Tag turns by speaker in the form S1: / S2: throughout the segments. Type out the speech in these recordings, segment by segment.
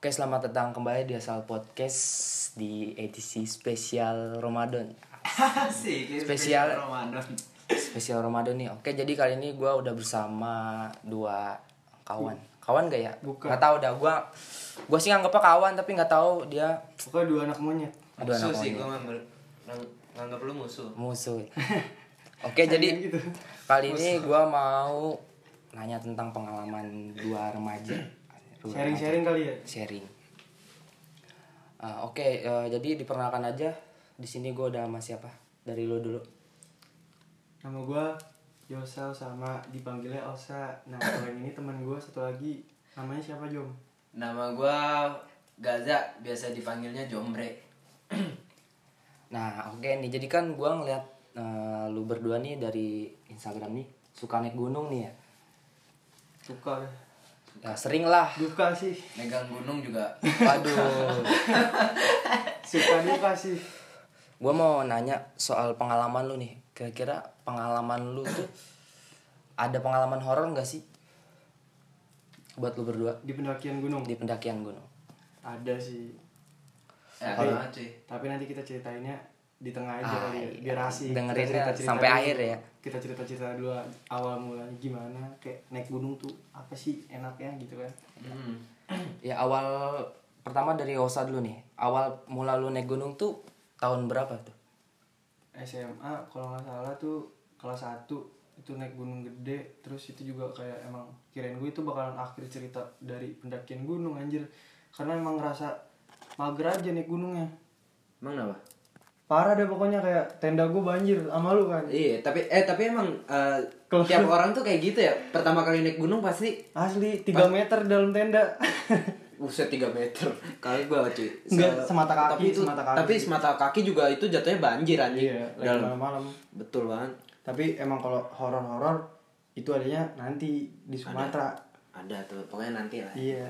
S1: Oke, selamat datang kembali di Asal Podcast di edisi spesial Ramadan.
S2: Asik, ini
S1: Spesial.
S2: Ramadan.
S1: Spesial Ramadan nih. Oke, jadi kali ini gua udah bersama dua kawan. Kawan gak ya?
S2: Bukan.
S1: Gak tau dah. Gua, gua sih nganggepnya kawan, tapi nggak tahu dia
S2: Pokoknya dua anak monyet.
S1: Aduh,
S3: musuh
S1: anak
S3: sih
S1: monyet.
S3: gue nganggap lu musuh
S1: musuh. Oke, Ya, jadi
S2: Gitu.
S1: kali ini gua mau nanya tentang pengalaman dua remaja. Dua remaja.
S2: Sharing-sharing kali ya.
S1: sharing. Ah, Oke, eh, jadi diperkenalkan aja. Di sini gue udah sama siapa? Dari lo dulu.
S2: Nama gua Yosel sama dipanggilnya Osa. Nah, kalau yang ini teman gua satu lagi namanya siapa Jom?
S3: nama gue Gaza biasa dipanggilnya Jombre
S1: Nah, oke nih. Jadi kan gue ngeliat eh, lu berdua nih dari Instagram nih suka naik gunung nih ya.
S2: Suka ya.
S1: Ya sering lah.
S2: Duka sih.
S3: megang gunung juga
S1: Waduh.
S2: Suka duka sih.
S1: gue mau nanya soal pengalaman lu nih. Kira-kira pengalaman lu tuh ada pengalaman horor nggak sih buat lu berdua
S2: Di pendakian gunung.
S1: di pendakian gunung?
S2: Ada sih.
S3: ya
S2: Iya.
S3: ada banget sih
S2: Tapi nanti kita ceritainnya di tengah aja
S1: Ah,
S2: kali ya.
S1: iya.
S2: Biar asik. Kita
S1: Dengerinnya
S2: cerita-cerita
S1: sampai
S2: dulu.
S1: akhir ya.
S2: Kita cerita-cerita dulu awal mulanya gimana kayak naik gunung tuh apa sih enaknya gitu kan.
S3: Hmm.
S1: Ya awal pertama dari Osa dulu nih. Awal mula lu naik gunung tuh tahun berapa tuh?
S2: SMA kalau nggak salah tuh kelas 1 itu naik gunung gede terus itu juga kayak emang kirain gue itu bakalan akhir cerita dari pendakian gunung anjir karena emang ngerasa mager aja naik gunungnya
S3: emang kenapa
S2: parah deh pokoknya kayak tenda gue banjir sama lu kan
S3: iya tapi eh tapi emang eh,
S2: Kalau-
S3: tiap orang tuh kayak gitu ya pertama kali naik gunung pasti
S2: asli 3 meter dalam tenda
S3: Buset 3 meter Kali gue cuy Se-
S2: Enggak, semata kaki,
S3: tapi itu,
S2: semata kaki. Iya,
S3: Tapi semata kaki juga itu jatuhnya banjir
S2: lagi
S3: anjing Iya, Dalam.
S2: malam-malam
S3: Betul banget
S2: tapi emang kalau horor-horor itu adanya nanti di Sumatera
S3: Ada tuh Pokoknya nanti lah ya.
S2: iya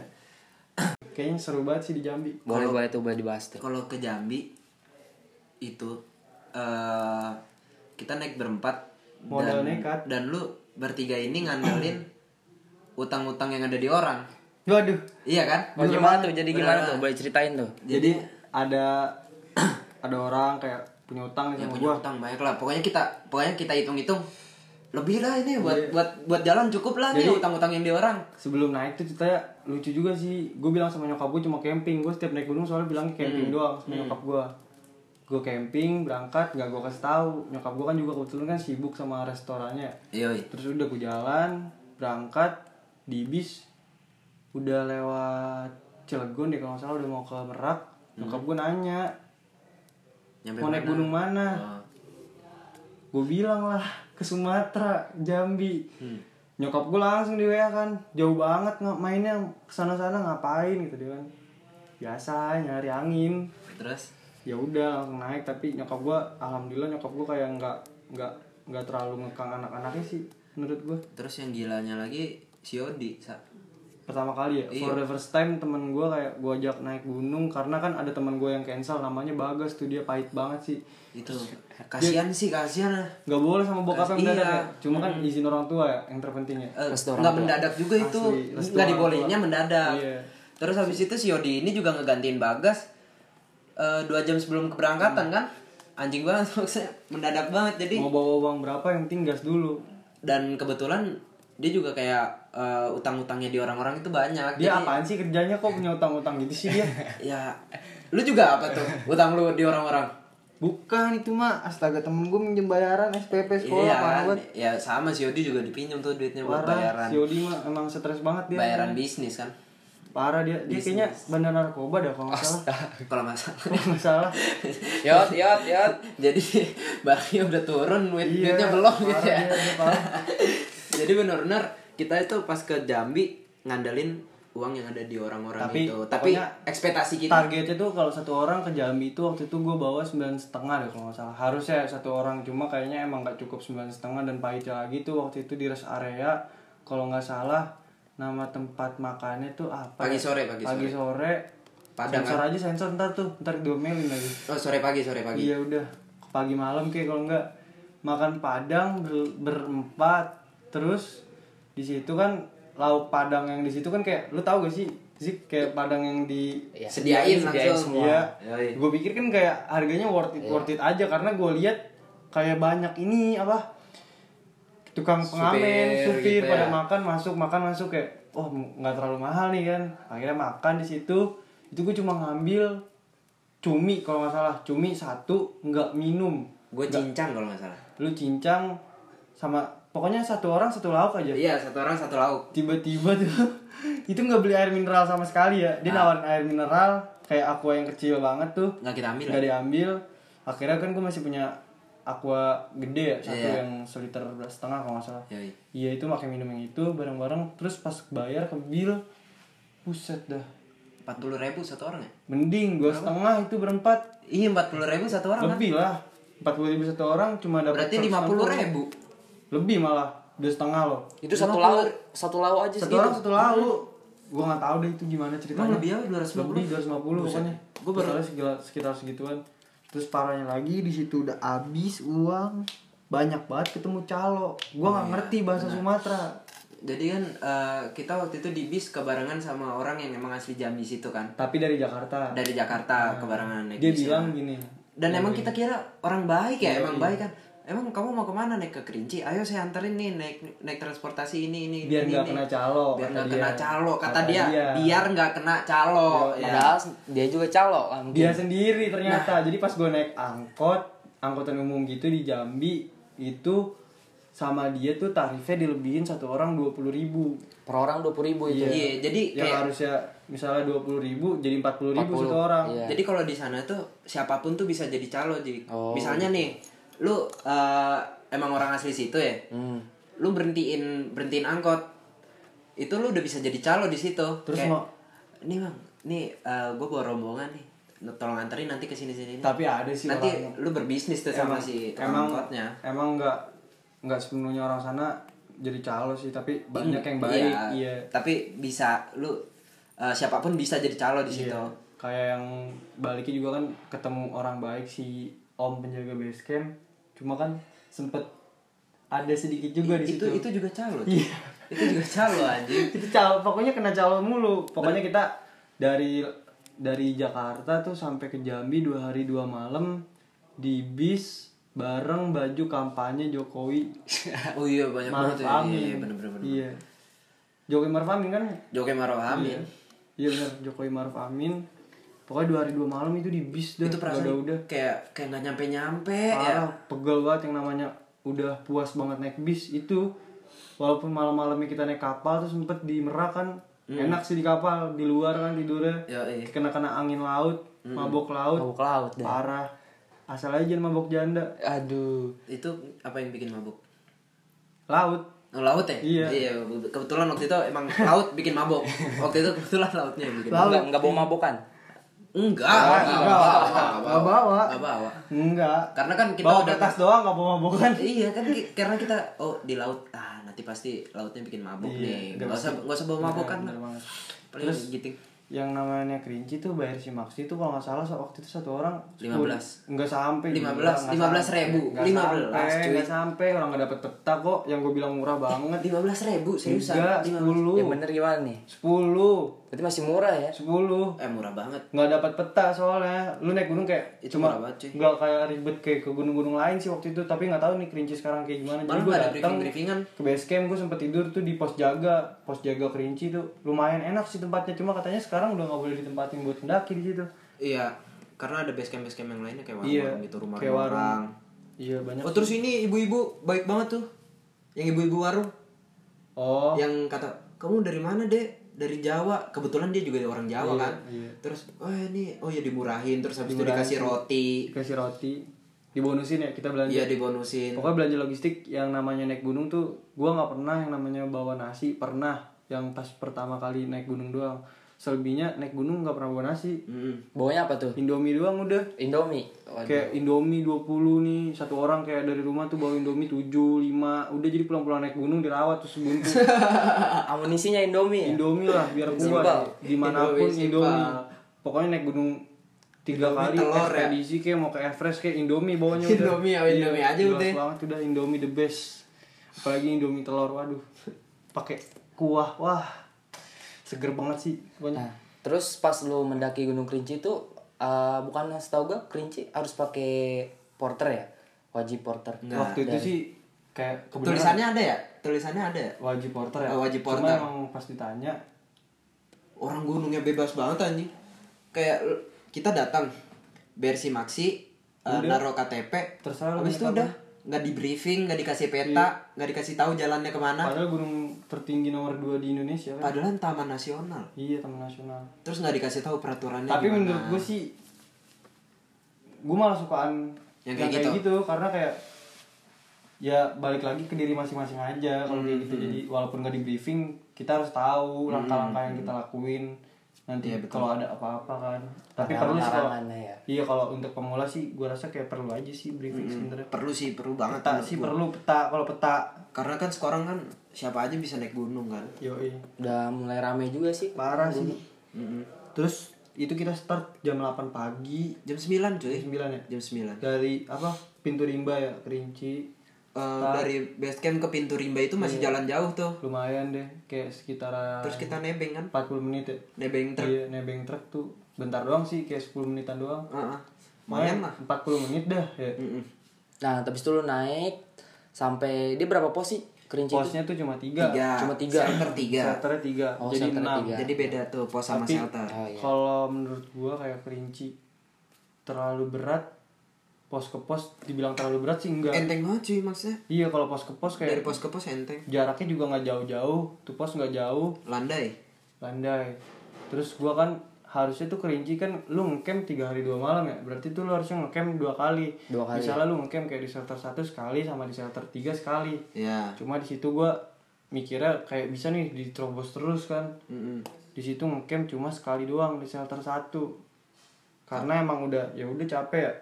S2: kayaknya seru banget sih di Jambi
S1: Boleh boleh tuh boleh dibahas tuh.
S3: Kalau ke Jambi itu eh kita naik berempat
S2: Modal
S3: dan,
S2: nekat.
S3: dan lu bertiga ini ngandelin utang-utang yang ada di orang.
S2: waduh
S3: Iya kan?
S1: Oh, gimana tuh? Jadi gimana tuh? Boleh ceritain tuh.
S2: jadi ada ada orang kayak punya utang nih
S3: Ya
S2: sama
S3: punya
S2: gua
S3: utang banyak lah. Pokoknya kita pokoknya kita hitung-hitung lebih lah ini buat buat buat jalan cukup lah nih utang-utang yang di orang.
S2: sebelum naik tuh ceritanya lucu juga sih gue bilang sama nyokap gue cuma camping gue setiap naik gunung soalnya bilangnya camping doang sama nyokap gue gue camping berangkat nggak gue kasih tahu nyokap gue kan juga kebetulan kan sibuk sama restorannya
S3: Yoi.
S2: terus udah gue jalan berangkat di bis udah lewat Cilegon deh kalau nggak salah udah mau ke Merak nyokap gue nanya
S3: Nyampe
S2: mau naik gunung mana
S3: Oh.
S2: gue bilang lah ke Sumatera Jambi nyokap gue langsung di WA kan jauh banget nggak mainnya kesana sana ngapain gitu dia kan biasa nyari angin
S3: Terus
S2: ya udah langsung naik tapi nyokap gue alhamdulillah nyokap gue kayak nggak nggak nggak terlalu ngekang anak-anaknya sih menurut gue
S3: terus yang gilanya lagi si Odi. Sa.
S2: pertama kali ya for the first time temen gue kayak gue ajak naik gunung karena kan ada temen gue yang cancel namanya Bagas tuh dia pahit banget sih
S3: Itu kasihan sih kasihan lah.
S2: nggak boleh sama bokapnya
S3: Iya.
S2: mendadak ya cuma kan izin orang tua ya yang terpenting ya
S3: Eh,
S1: Restoran
S3: nggak
S1: tua.
S3: mendadak juga itu
S2: Asli, restoran
S3: nggak dibolehinnya
S2: tua.
S3: mendadak
S2: Iya.
S3: terus habis itu si Yodi ini juga ngegantiin Bagas eh, dua jam sebelum
S2: Hmm.
S3: keberangkatan kan anjing banget maksudnya mendadak banget jadi
S2: mau bawa uang berapa yang penting gas dulu
S3: dan kebetulan dia juga kayak eh, utang-utangnya di orang-orang itu banyak
S2: dia
S3: Jadi,
S2: apaan sih kerjanya kok punya utang-utang gitu sih dia
S3: ya lu juga apa tuh utang lu di orang-orang
S2: bukan itu mah astaga temen gue minjem bayaran SPP
S3: iya
S2: sekolah parah
S3: kan?
S2: banget
S3: ya sama si Yodi juga dipinjam tuh duitnya buat
S2: Parah,
S3: bayaran
S2: si Odi mah emang stres banget dia
S3: bayaran Iya bisnis kan
S2: parah dia dia kayaknya bandar narkoba dah kalau nggak salah
S3: kalau masalah
S2: kalau nggak salah
S1: Yot yot yot.
S3: Kan? jadi barangnya udah turun duit
S2: Iya,
S3: duitnya belum
S2: parah
S3: gitu ya
S2: dia, dia parah.
S3: jadi benar-benar kita itu pas ke Jambi ngandalin uang yang ada di orang-orang
S2: Tapi,
S3: itu tapi
S2: pokoknya
S3: ekspektasi kita
S2: targetnya tuh kalau satu orang ke Jambi itu waktu itu gue bawa sembilan setengah deh kalau nggak salah harusnya satu orang cuma kayaknya emang nggak cukup sembilan setengah dan pahitnya lagi tuh waktu itu di rest area kalau nggak salah nama tempat makannya tuh apa
S3: Pagi
S2: ya?
S3: sore, pagi sore.
S2: sore.
S3: Padang, kan?
S2: sensor aja sensor ntar tuh ntar diomelin lagi
S3: oh sore pagi sore pagi
S2: iya udah pagi malam kayak kalau nggak makan padang ber- berempat terus di situ kan lauk padang yang di situ kan kayak lu tahu gak sih Zik kayak padang yang di
S1: Iya,
S3: Sediain
S1: sediain
S3: langsung.
S1: semua.
S2: Iya.
S3: Yoi.
S2: Gue pikir kan kayak harganya worth it worth it aja karena gue lihat kayak banyak ini apa tukang pengamen,
S3: Supir
S2: supir
S3: gitu
S2: pada
S3: ya.
S2: makan masuk makan masuk kayak oh nggak terlalu mahal nih kan akhirnya makan di situ itu gue cuma ngambil cumi kalau nggak salah cumi satu nggak minum
S3: Gue cincang kalau nggak salah.
S2: lu cincang sama pokoknya satu orang satu lauk aja
S3: Iya, satu orang satu lauk.
S2: tiba-tiba tuh itu nggak beli air mineral sama sekali ya
S3: Nah.
S2: dia nawarin air mineral kayak aqua yang kecil banget tuh
S3: Nggak kita ambil.
S2: nggak diambil akhirnya kan gue masih punya aqua gede ya satu
S3: Iya.
S2: yang seliter setengah kalau nggak salah
S3: Yoi.
S2: iya itu makai minum yang itu bareng-bareng terus pas bayar ke bill buset dah
S3: Empat puluh ribu satu orang ya?
S2: mending dua setengah itu berempat
S3: Iya, empat puluh ribu satu orang kan?
S2: lebih lah empat puluh ribu satu orang cuma dapat
S3: Berarti lima puluh ribu.
S2: lebih malah dua setengah loh
S1: Itu satu lauk, satu lauk aja
S2: satu
S1: segitu.
S2: orang satu lauk gue gitu. nggak tahu deh itu gimana ceritanya
S3: lebih apa, 250?
S2: lebih 250 pokoknya
S3: Gua
S2: gue
S3: baru-
S2: baru sekitar, sekitar segituan terus parahnya lagi di situ udah habis uang banyak banget ketemu calo gue nggak
S3: Iya,
S2: ngerti bahasa Sumatera
S3: Jadi kan eh, kita waktu itu di bis kebarengan sama orang yang emang asli Jambi situ kan.
S2: tapi dari Jakarta
S3: Dari Jakarta kebarengan
S2: Ah.
S3: naik
S2: dia
S3: bis.
S2: bilang gini Iya,
S3: Dan emang kita kira orang baik ya, emang baik kan. Emang kamu mau kemana naik ke Kerinci? Ayo saya anterin nih naik naik transportasi ini ini. ini,
S2: biar
S3: ini,
S2: nggak
S3: ini."
S2: kena calo
S3: Biar
S2: kata Iya,
S3: nggak
S2: dia.
S3: kena calo kata, dia, Biar nggak kena calo. ya.
S1: Padahal dia juga calo kan.
S2: dia sendiri
S3: Nah.
S2: ternyata jadi pas gue naik angkot angkutan umum gitu di Jambi itu sama dia tuh tarifnya dilebihin satu orang dua puluh ribu
S1: Per orang 20.000 itu.
S3: Iya, jadi
S2: yang
S3: kayak
S2: harusnya misalnya dua puluh ribu jadi empat puluh ribu satu orang
S1: Iya.
S3: Jadi kalau di sana tuh siapapun tuh bisa jadi calo, Ji.
S2: Oh, gitu.
S3: Misalnya nih, lu eh, emang orang asli situ ya?
S1: Hmm.
S3: Lu berhentiin berhentiin angkot. Itu lu udah bisa jadi calo di situ.
S2: Terus
S3: Kayak,
S2: mau-
S3: nih Bang, nih gue bawa rombongan nih. Lu Tolong anterin nanti ke sini sini.
S2: tapi ada sih
S3: nanti
S2: orang
S3: lu berbisnis tuh sama si tukang
S2: emang
S3: angkotnya.
S2: emang nggak nggak sepenuhnya orang sana jadi calo sih tapi banyak yang baik
S3: Iya,
S2: iya
S3: Tapi bisa lu eh, siapapun bisa jadi calo di situ.
S2: Iya. kayak yang baliknya juga kan ketemu orang baik si om penjaga base camp cuma kan sempet ada sedikit juga di
S3: Itu
S2: situ
S3: itu juga calo. Ji.
S2: Iya.
S3: itu juga calo anjing.
S2: itu calo pokoknya kena calo mulu pokoknya kita Nah, dari dari Jakarta tuh sampai ke Jambi dua hari dua malam di bis bareng baju kampanye Jokowi
S3: oh iya banyak
S2: Maruf
S3: banget ya. Iya,
S2: Amin
S3: iya, bener-bener. bener.
S2: iya Jokowi Maruf Amin kan
S3: Joki Maruf Amin.
S2: iya benar Jokowi Maruf Amin pokoknya dua hari dua malam itu di bis dah
S3: Itu perasaan
S2: udah udah
S3: kayak kayak nggak nyampe nyampe ya.
S2: parah pegel banget yang namanya udah puas banget naik bis itu walaupun malam-malamnya kita naik kapal terus sempet di Merak kan enak sih di kapal di luar kan tidurnya
S3: Hmm. Yoi. Hmm.
S2: kena-kena angin laut mabok laut
S1: Mabuk laut dah.
S2: parah asal aja jangan mabok janda
S1: Aduh.
S3: Itu apa yang bikin mabuk?
S2: laut
S3: Oh, laut ya?
S2: Iya.
S3: Kebetulan waktu itu emang laut bikin mabuk. Waktu itu kebetulan lautnya yang bikin.
S1: Enggak enggak bawa mabokan.
S3: Enggak. Enggak.
S2: enggak,
S3: Enggak
S2: enggak bawa.
S3: Enggak bawa.
S2: enggak
S3: Karena kan kita
S2: bawa
S3: udah
S2: kertas doang gak bawa mabokan
S3: Iya kan ki- karena kita oh di laut ah nanti pasti lautnya bikin mabuk
S2: Iya,
S3: nih.
S2: udah
S3: Gak usah gak usah bawa mabuk kan.
S2: Bener banget.
S3: Paling gitu.
S2: yang namanya kerinci tuh bayar si Maxi tuh kalau nggak salah so- waktu itu satu orang
S3: 15.
S2: nggak sampai
S3: 15, 15 ribu.
S2: 15
S3: 15, cuy.
S2: nggak sampai orang nggak dapet peta kok yang gue bilang murah banget
S3: Lima belas ribu
S2: Iya. tiga
S3: seriusan.
S2: sepuluh
S1: Yang Ya, bener gimana nih?
S2: sepuluh
S1: Berarti masih murah ya?
S2: sepuluh
S3: Eh murah banget.
S2: nggak dapat peta soalnya lu naik gunung kayak
S3: Itu
S2: cuma
S3: murah banget, cuy.
S2: nggak kayak ribet kayak ke gunung-gunung lain sih waktu itu tapi nggak tahu nih kerinci sekarang kayak gimana
S3: Malah
S2: gue
S3: nggak ada
S2: datang
S3: briefing-briefingan.
S2: ke base camp gue sempet tidur tuh di pos jaga pos jaga kerinci tuh lumayan enak sih tempatnya cuma katanya sekarang udah nggak boleh ditempatin buat pendaki di situ
S3: Iya, karena ada base camp base camp yang lainnya kayak warung,
S2: Iya,
S3: gitu rumah
S2: kayak warung.
S3: orang.
S2: iya banyak
S3: Oh terus ini ibu-ibu baik banget tuh, yang ibu-ibu warung,
S2: oh
S3: yang kata kamu dari mana dek? Dari Jawa, kebetulan dia juga orang Jawa
S2: Iya,
S3: kan. Terus oh ini oh ya dimurahin, terus habis itu dikasih roti,
S2: dikasih roti dibonusin ya kita belanja
S3: iya dibonusin.
S2: pokoknya belanja logistik yang namanya naik gunung tuh gua nggak pernah yang namanya bawa nasi pernah yang pas pertama kali naik gunung doang selebihnya naik gunung nggak pernah bawa nasi
S3: Mm-mm.
S1: Bawanya apa tuh?
S2: Indomie doang udah
S1: Indomie. Waduh.
S2: kayak Indomie 20 nih satu orang kayak dari rumah tuh bawa Indomie 7, 5 udah jadi pulang-pulang naik gunung dirawat tuh sebungkus
S1: Amunisinya Indomie ya?
S2: Indomie lah biar kuat
S1: Simpel.
S2: dimanapun
S3: Iya. Indomie,
S2: Indomie, pokoknya naik gunung tiga kali
S3: telur ya.
S2: ekspedisi kayak mau ke Everest kayak Indomie bawanya
S3: Indomie, ya,
S2: Iya,
S3: Indomie aja
S2: jelas
S3: udah.
S2: banget udah Indomie the best apalagi Indomie telur waduh pakai kuah wah seger banget sih pokoknya.
S1: Nah, terus pas lu mendaki Gunung Kerinci itu eh bukan setahu gue Kerinci harus pakai porter ya? Wajib porter.
S2: waktu itu sih kayak kebetulan
S3: Tulisannya ada ya? Tulisannya ada ya?
S2: wajib porter ya
S3: Oh, wajib
S2: Cuma
S3: porter.
S2: emang pas ditanya
S3: Orang gunungnya bebas banget anjing. Kayak l- kita datang bersih maksi, eh, naruh KTP,
S2: Terserah lu
S3: habis itu
S2: mau Iya.
S3: udah nggak di briefing, nggak dikasih peta, nggak dikasih tahu jalannya kemana.
S2: padahal gunung tertinggi nomor 2 di Indonesia kan
S3: Padahal taman nasional.
S2: iya taman nasional
S3: Terus nggak dikasih tahu peraturannya.
S2: tapi
S3: gimana.
S2: menurut gue sih gue malah sukaan
S3: Yang kayak gitu.
S2: karena kayak ya balik lagi ke diri masing-masing aja kalau kayak
S3: Hmm,
S2: gitu jadi walaupun nggak di briefing kita harus tahu langkah-langkah
S3: hmm,
S2: yang kita lakuin
S3: Iya,
S2: nanti kalau ada apa-apa kan tapi perlu sih kalau
S1: larangannya ya.
S2: iya kalau untuk pemula sih gue rasa kayak perlu aja sih
S3: Hmm,
S2: briefing sebenarnya
S3: perlu sih, perlu banget.
S2: peta sih perlu peta kalau peta
S3: Karena kan sekarang kan siapa aja bisa naik gunung kan.
S2: yoi
S1: Udah mulai rame juga sih.
S2: parah sih
S3: Hmm,
S2: terus itu kita start jam 8 pagi
S3: Jam 9 cuy.
S2: jam 9 ya
S3: Jam 9.
S2: dari apa pintu rimba ya kerinci
S3: Eh,
S2: Nah.
S3: dari base camp ke pintu rimba itu masih
S2: Iya.
S3: jalan jauh tuh
S2: lumayan deh kayak sekitaran
S3: terus kita nebeng kan
S2: 40 menit ya
S3: nebeng ter
S2: iya nebeng truk tuh bentar doang sih kayak 10 menitan doang
S3: Heeh. lumayan lah
S2: 40 menit dah ya
S3: Mm-mm.
S1: Nah, habis itu lu naik sampai dia berapa pos sih Kerinci? itu?
S2: posnya tuh cuma tiga
S3: tiga
S1: Cuma tiga.
S3: shelter tiga
S2: shelternya tiga
S1: Oh,
S2: jadi
S1: shelternya
S2: enam
S1: tiga.
S3: jadi beda tuh pos sama
S2: Tapi-
S3: shelter
S1: Oh iya.
S2: kalau menurut gua kayak kerinci terlalu berat pos ke pos dibilang terlalu berat sih enggak
S3: enteng banget cuy maksudnya
S2: iya kalau pos ke pos
S3: Eh. dari
S2: kayak
S3: pos ke pos enteng
S2: jaraknya juga nggak jauh-jauh tuh pos nggak jauh
S3: landai
S2: landai terus gua kan harusnya tuh kerinci kan lu ngecamp tiga hari dua malam ya berarti tuh lu harusnya ngecamp dua kali
S1: Dua kali.
S2: misalnya lu ngecamp kayak di shelter satu sekali sama di shelter tiga sekali
S3: ya
S2: cuma di situ gua mikirnya kayak bisa nih diterobos terus kan
S3: Mm-mm.
S2: di situ ngecamp cuma sekali doang di shelter satu karena emang udah ya udah capek ya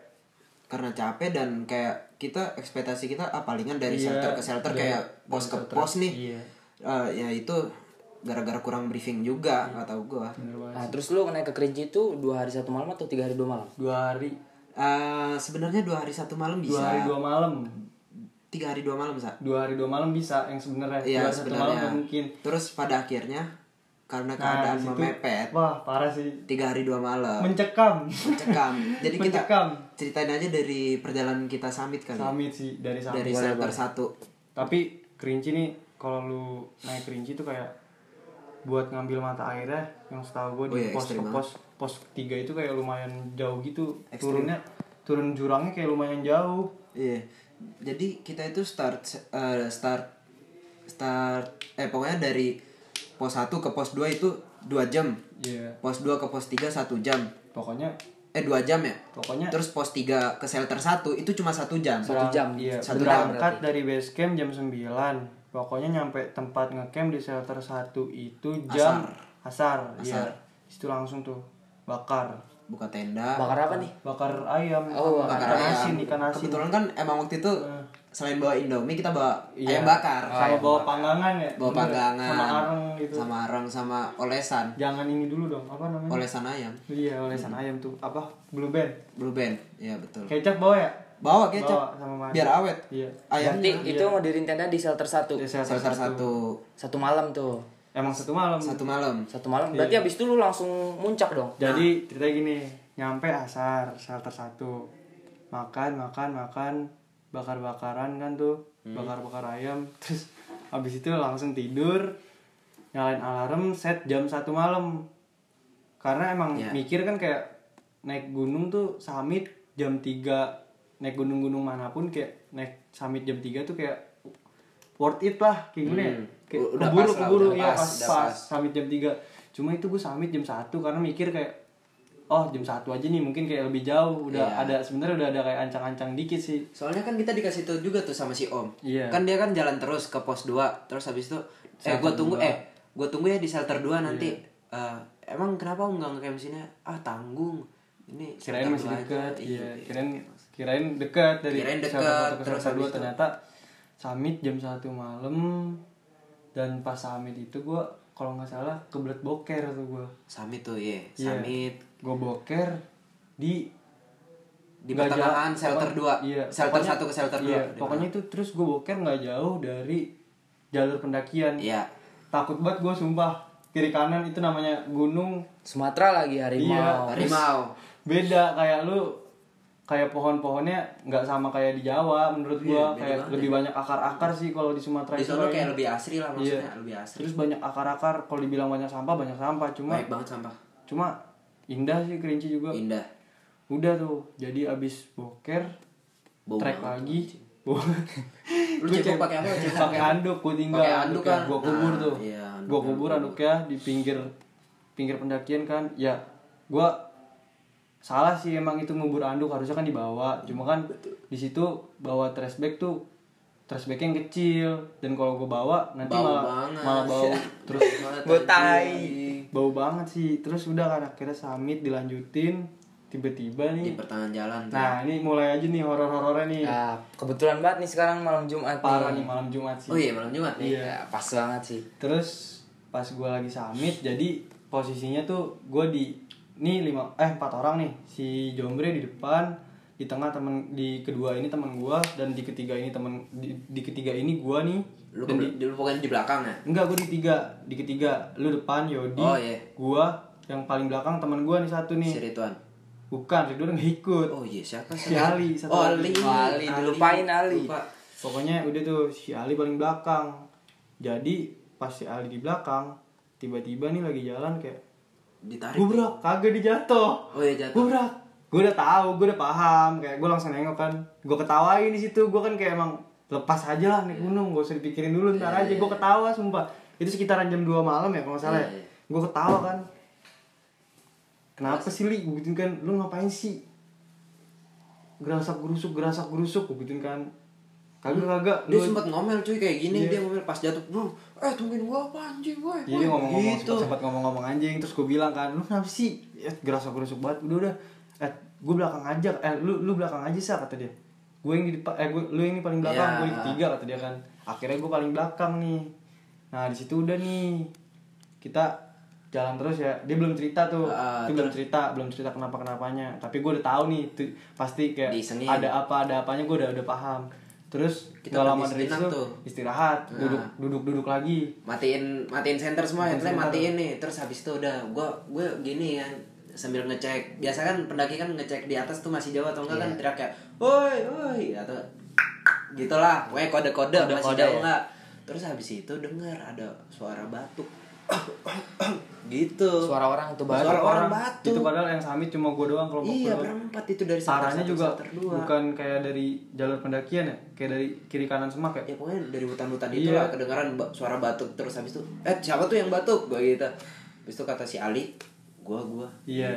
S3: karena capek dan kayak kita ekspektasi kita ah, palingan dari
S2: Iya,
S3: shelter ke shelter
S2: dari-
S3: kayak pos ke pos nih
S2: iya
S3: Eh, ya itu gara-gara kurang briefing
S2: Iya.
S3: juga nggak tahu gua
S2: bener banget
S1: Nah, terus lu naik ke Kerinci itu dua hari satu malam atau tiga hari dua malam?
S2: dua hari
S3: Eh, sebenarnya dua hari satu malam
S2: dua hari
S3: bisa
S2: dua malam
S3: tiga hari dua malam sa
S2: dua hari dua malam bisa yang sebenarnya
S3: Iya
S2: dua hari satu malam
S3: sebenarnya.
S2: nggak mungkin
S3: Terus pada akhirnya karena
S2: nah
S3: keadaan
S2: di situ
S3: memepet
S2: wah parah sih
S3: tiga hari dua malam
S2: mencekam
S3: mencekam. Jadi kita
S2: Mencekam.
S3: ceritain aja dari perjalanan kita summit kali ya.
S2: Summit sih dari summit.
S3: dari shelter satu.
S2: Tapi kerinci nih kalau lu naik kerinci tuh kayak buat ngambil mata airnya yang setahu gue
S3: Oh
S2: di
S3: iya,
S2: pos ke
S3: ekstrim banget.
S2: pos pos ketiga itu kayak lumayan jauh gitu turunnya turun jurangnya kayak lumayan jauh
S3: Iya. Jadi kita itu start eh, start start eh pokoknya dari pos 1 ke pos 2 itu 2 jam.
S2: Iya
S3: Pos 2 ke pos 3 1 jam.
S2: pokoknya
S3: Eh 2 jam ya.
S2: pokoknya
S3: Terus pos 3 ke shelter 1 itu cuma satu jam.
S1: Satu jam.
S2: iya
S1: Satu jam
S2: berangkat
S1: berarti.
S2: dari base camp jam 9 pokoknya nyampe tempat ngecamp di shelter 1 itu jam asar, iya itu langsung tuh bakar
S3: Buka tenda.
S1: Bakar apa nih?
S2: bakar ayam
S1: Oh,
S2: sama ikan
S3: bakar ayam.
S2: asin ikan asin
S3: Kebetulan kan emang waktu itu selain bawa Indomie kita bawa
S2: Iya.
S3: ayam bakar,
S2: sama bawa panggangan ya
S3: bawa
S2: Bener.
S3: panggangan,
S2: sama areng gitu
S3: sama areng, sama olesan,
S2: jangan ini dulu dong apa namanya
S3: olesan ayam,
S2: iya olesan
S3: Hmm.
S2: ayam tuh apa blue band
S3: Blue Band, ya betul.
S2: kecap bawa ya
S3: Bawa kecap
S2: bawa sama madu
S3: biar awet.
S2: iya
S1: Berarti
S3: Ayamnya
S1: itu ngedirin tenda di shelter satu.
S2: Desa
S3: shelter satu
S1: Satu malam tuh.
S2: emang satu malam
S3: satu malam.
S1: Satu malam.
S2: Iya,
S1: Berarti habis itu lu langsung muncak dong.
S3: Ah.
S2: jadi ceritanya gini nyampe asar shelter satu makan makan makan bakar bakaran kan tuh
S3: Hmm.
S2: bakar bakar ayam terus habis itu langsung tidur nyalain alarm set jam satu malam karena emang
S3: Ya.
S2: mikir kan kayak naik gunung tuh summit jam 3 naik gunung-gunung manapun kayak naik summit jam 3 tuh kayak worth it lah kayak gini ya. kayak
S3: Hmm. Udah
S2: keburu
S3: pas lah,
S2: keburu
S3: udah
S2: ya
S3: pas,
S2: pas,
S3: udah
S2: pas,
S3: pas.
S2: summit jam 3 cuma itu gue summit jam 1 karena mikir kayak oh jam 1 aja nih mungkin kayak lebih jauh udah
S3: Iya.
S2: ada sebenarnya udah ada kayak ancang-ancang dikit sih
S3: Soalnya kan kita dikasih tahu juga tuh sama si Om.
S2: Iya.
S3: Kan dia kan jalan terus ke pos 2, terus habis itu eh gua tunggu eh gua tunggu ya di shelter 2 nanti.
S2: Iya.
S3: Eh, emang kenapa Om nggak ngecamp sini? Ah, tanggung. Ini
S2: kirain
S3: shelter
S2: masih
S3: dua aja.
S2: dekat
S3: Iya.
S2: iya kirain kirain dekat dari
S3: Kirain
S2: shelter
S3: dekat,
S2: satu ke
S3: terus
S2: shelter
S3: habis
S2: dua
S3: itu-
S2: ternyata summit jam satu malam dan pas summit itu gua kalau nggak salah kebelet boker tuh gua
S3: Summit tuh, iya.
S2: Iya.
S3: Summit
S2: gua boker di
S3: di
S2: nggak
S3: pertengahan
S2: jauh-
S3: shelter 2.
S2: iya,
S3: shelter
S2: pokoknya-
S3: 1 ke shelter 2.
S2: iya, pokoknya itu terus gua boker nggak jauh dari jalur pendakian
S3: Iya.
S2: takut banget gue sumpah kiri kanan itu namanya gunung
S1: Sumatera lagi
S2: Iya.
S1: harimau.
S3: harimau
S2: beda kayak lu kayak pohon-pohonnya nggak sama kayak di Jawa menurut gua
S3: Iya, beda
S2: kayak
S3: banget ya.
S2: lebih banyak akar-akar sih kalau di Sumatera
S3: di
S2: itu
S3: sana
S2: kayaknya.
S3: kayak lebih asri lah
S2: Iya.
S3: maksudnya lebih asri
S2: terus banyak akar-akar kalau dibilang banyak sampah banyak sampah cuma
S3: baik banget sampah
S2: cuma indah sih kerinci juga
S3: indah
S2: udah tuh jadi abis boker
S3: Bau
S2: trek
S3: banget.
S2: lagi
S3: Lu
S2: lu
S3: cebok pakai apa, cebok?
S2: pakai anduk gua tinggal
S3: Pakai anduk
S2: anduknya.
S3: kan?
S2: gua kubur
S3: Nah,
S2: tuh
S3: iya, anduknya
S2: gua kubur
S3: gua
S2: anduknya di pinggir pinggir pendakian kan ya gua salah sih emang itu ngubur anduk harusnya kan dibawa cuma kan di situ bawa trash bag tuh trash bag yang kecil dan kalau gua bawa nanti
S3: Bau
S2: malah
S3: banget.
S2: malah bau terus
S1: Gua tai.
S2: bau banget sih terus udah kan akhirnya summit dilanjutin tiba-tiba nih
S3: di pertengahan jalan tuh.
S2: nah ini mulai aja nih horor-horornya nih
S3: Iya.
S1: Nah, kebetulan banget nih sekarang malam Jumat
S2: parah nih
S1: nih.
S2: malam Jumat sih
S3: oh iya malam jumat nih
S1: Ya, pas banget sih.
S2: terus pas gue lagi summit jadi posisinya tuh gue di ini lima eh empat orang nih si Jombre di depan di tengah temen di kedua ini temen gue dan di ketiga ini temen di, di ketiga ini gue nih
S3: lu
S2: dan
S3: ke,
S2: di,
S3: di, lu pokoknya di belakang ya
S2: enggak gue di tiga di ketiga lu depan Yodi
S3: Oh, iya.
S2: gue yang paling belakang temen gue nih satu
S3: si
S2: nih
S3: Rituan
S2: bukan Ridwan nggak ikut
S3: oh iya siapa
S2: Si Ali, satu
S3: oh
S2: lagi.
S1: Ali,
S3: Ali
S1: dilupain Ali.
S3: Lupa.
S2: Pokoknya udah tuh si Ali paling belakang. Jadi pas si Ali di belakang, tiba-tiba nih lagi jalan kayak
S3: ditarik
S2: gubrak, kagak dijatuh.
S3: oh iya jatuh
S2: Gubrak. Gue udah tahu, gue udah paham, kayak gue langsung nengok kan. Gue ketawain di situ, gue kan kayak emang lepas aja lah naik gunung, gak usah dipikirin dulu ntar
S3: Iya,
S2: aja. Gue ketawa sumpah. Itu sekitaran jam 2 malam ya kalau nggak salah.
S3: Iya, iya.
S2: Gue ketawa kan. Kenapa sih Li? Gue gituin kan, lu ngapain sih? Gerasak gerusuk, gerasak gerusuk, gue gituin kan. Kagak kagak.
S3: dia
S2: lu-
S3: sempat ngomel cuy kayak gini
S2: Iya.
S3: dia ngomel pas jatuh bro eh tungguin gua apaan cuy boy
S2: Jadi dia ngomong-ngomong
S3: gitu.
S2: sempat ngomong-ngomong anjing terus gue bilang kan lu kenapa sih eh, gerasa gerusuk banget udah udah eh gue belakang aja eh lu lu belakang aja sih kata dia gue yang di depan eh gua- lu yang di paling belakang
S3: Iya.
S2: gue di ketiga kata dia kan akhirnya gue paling belakang nih nah di situ udah nih kita jalan terus ya dia belum cerita tuh
S3: Ah,
S2: Dia belum cerita belum cerita kenapa kenapanya tapi gue udah tahu nih tu- pasti kayak
S3: Disengin.
S2: ada apa ada apanya gue udah udah paham terus
S3: Kita
S2: kita lama
S3: berhenti
S2: dari
S3: sejenak
S2: situ
S3: tuh. Ah.
S2: istirahat duduk duduk duduk lagi
S3: matiin matiin center semua headlamp matiin nih terus habis itu udah gua gua gini kan sambil ngecek biasa kan pendaki kan ngecek di atas tuh masih jauh atau enggak kan teriak kayak woi woi atau gitulah pokoknya kode-kode masih jauh enggak terus habis itu dengar ada suara batuk gitu
S1: Suara orang tuh baru.
S3: Suara orang batuk.
S2: Itu padahal yang summit cuma gue doang kelompok
S3: iya
S2: gue doang.
S3: berempat itu dari center
S2: ya. Arahnya
S3: satu,
S2: juga
S3: center dua.
S2: bukan kayak dari jalur pendakian ya, kayak dari kiri kanan semua kayak.
S3: ya pokoknya dari hutan-hutan
S2: Iya.
S3: itulah kedengaran ba- suara batuk terus habis itu eh siapa tuh yang batuk gue gitu habis itu kata si Ali gua gua
S2: Iya,